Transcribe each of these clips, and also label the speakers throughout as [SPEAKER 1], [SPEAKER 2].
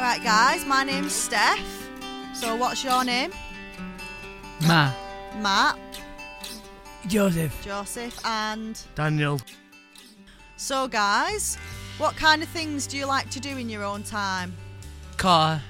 [SPEAKER 1] Right, guys, my name's Steph. So, what's your name?
[SPEAKER 2] Ma.
[SPEAKER 1] Matt,
[SPEAKER 3] Joseph.
[SPEAKER 1] Joseph, and.
[SPEAKER 4] Daniel.
[SPEAKER 1] So, guys, what kind of things do you like to do in your own time?
[SPEAKER 2] Car.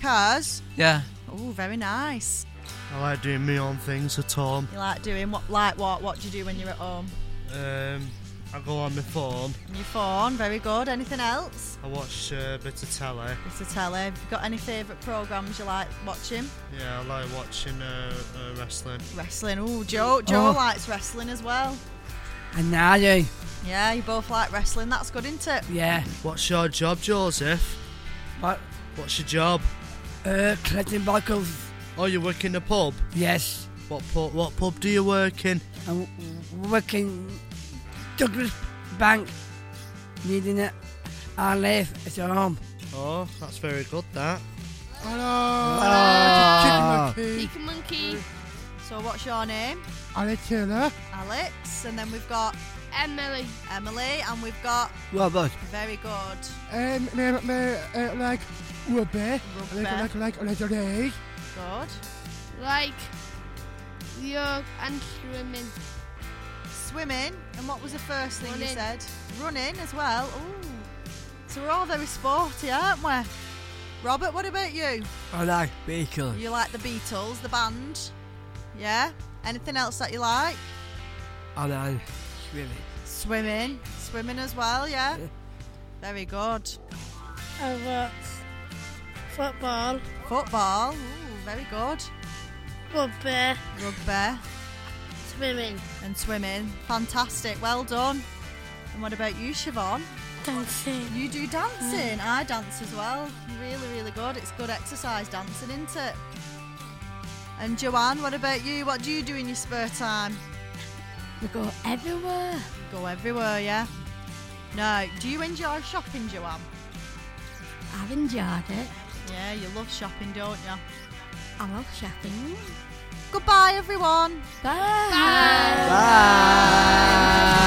[SPEAKER 1] Cars?
[SPEAKER 2] Yeah.
[SPEAKER 1] Oh, very nice.
[SPEAKER 4] I like doing me own things at home.
[SPEAKER 1] You like doing what? Like what? What do you do when you're at home?
[SPEAKER 4] Um, I go on my phone.
[SPEAKER 1] On your phone. Very good. Anything else?
[SPEAKER 4] I watch uh, a bit of telly.
[SPEAKER 1] It's a telly. Have you got any favourite programmes you like watching?
[SPEAKER 4] Yeah, I like watching uh, uh, wrestling.
[SPEAKER 1] Wrestling. Ooh, Joe. Joe
[SPEAKER 3] Oh.
[SPEAKER 1] likes wrestling as well.
[SPEAKER 3] And Nadu.
[SPEAKER 1] Yeah, you both like wrestling. That's good, isn't it?
[SPEAKER 3] Yeah.
[SPEAKER 4] What's your job, Joseph?
[SPEAKER 3] But
[SPEAKER 4] What's your job?
[SPEAKER 3] uh, collecting bottles.
[SPEAKER 4] Oh, you work in a pub.
[SPEAKER 3] Yes.
[SPEAKER 4] What pub? What pub do you work in?
[SPEAKER 3] And w- working Douglas Bank. Needing it. I live. It's at home.
[SPEAKER 4] Oh, that's very good. That.
[SPEAKER 5] Hello. Chicken
[SPEAKER 6] Chicken monkey,
[SPEAKER 1] So, what's your name?
[SPEAKER 5] monkey. Anatilla.
[SPEAKER 1] Alex. And then we've got
[SPEAKER 6] Emily,
[SPEAKER 1] Emily, and we've got
[SPEAKER 3] Robert.
[SPEAKER 1] very good.
[SPEAKER 5] Um, me, me, uh, like rubber.
[SPEAKER 1] Rubber.
[SPEAKER 5] Like, like, like, like, like, like.
[SPEAKER 1] Good.
[SPEAKER 6] like Leo and swimming.
[SPEAKER 1] Swimming. And what was the first thing you
[SPEAKER 6] Running.
[SPEAKER 1] said? Running as well. Ooh. So we're all very sporty, aren't we? Robert, what about you?
[SPEAKER 3] I like vehicles.
[SPEAKER 1] You like the Beatles, the band? Yeah? Anything else that you like?
[SPEAKER 3] I like swimming.
[SPEAKER 1] Swimming. Swimming as well, yeah?
[SPEAKER 3] Yeah.
[SPEAKER 1] Very good.
[SPEAKER 7] I watch football,
[SPEAKER 1] Football. Ooh, very good.
[SPEAKER 7] rugby,
[SPEAKER 1] Rugby
[SPEAKER 7] swimming,
[SPEAKER 1] and swimming. Fantastic. Well done. And what about you, Siobhan?
[SPEAKER 7] dancing.
[SPEAKER 1] You do dancing. I dance as well. Really, really good. It's good exercise dancing, isn't it? And Joanne, what about you? What do you do in your spare time?
[SPEAKER 7] We go everywhere.
[SPEAKER 1] Go everywhere, yeah? No. Do you enjoy shopping, Joanne?
[SPEAKER 7] I've enjoyed it.
[SPEAKER 1] Yeah, you love shopping, don't you?
[SPEAKER 7] I love shopping.
[SPEAKER 1] Goodbye, everyone.
[SPEAKER 7] Bye.
[SPEAKER 6] Bye.
[SPEAKER 1] Bye.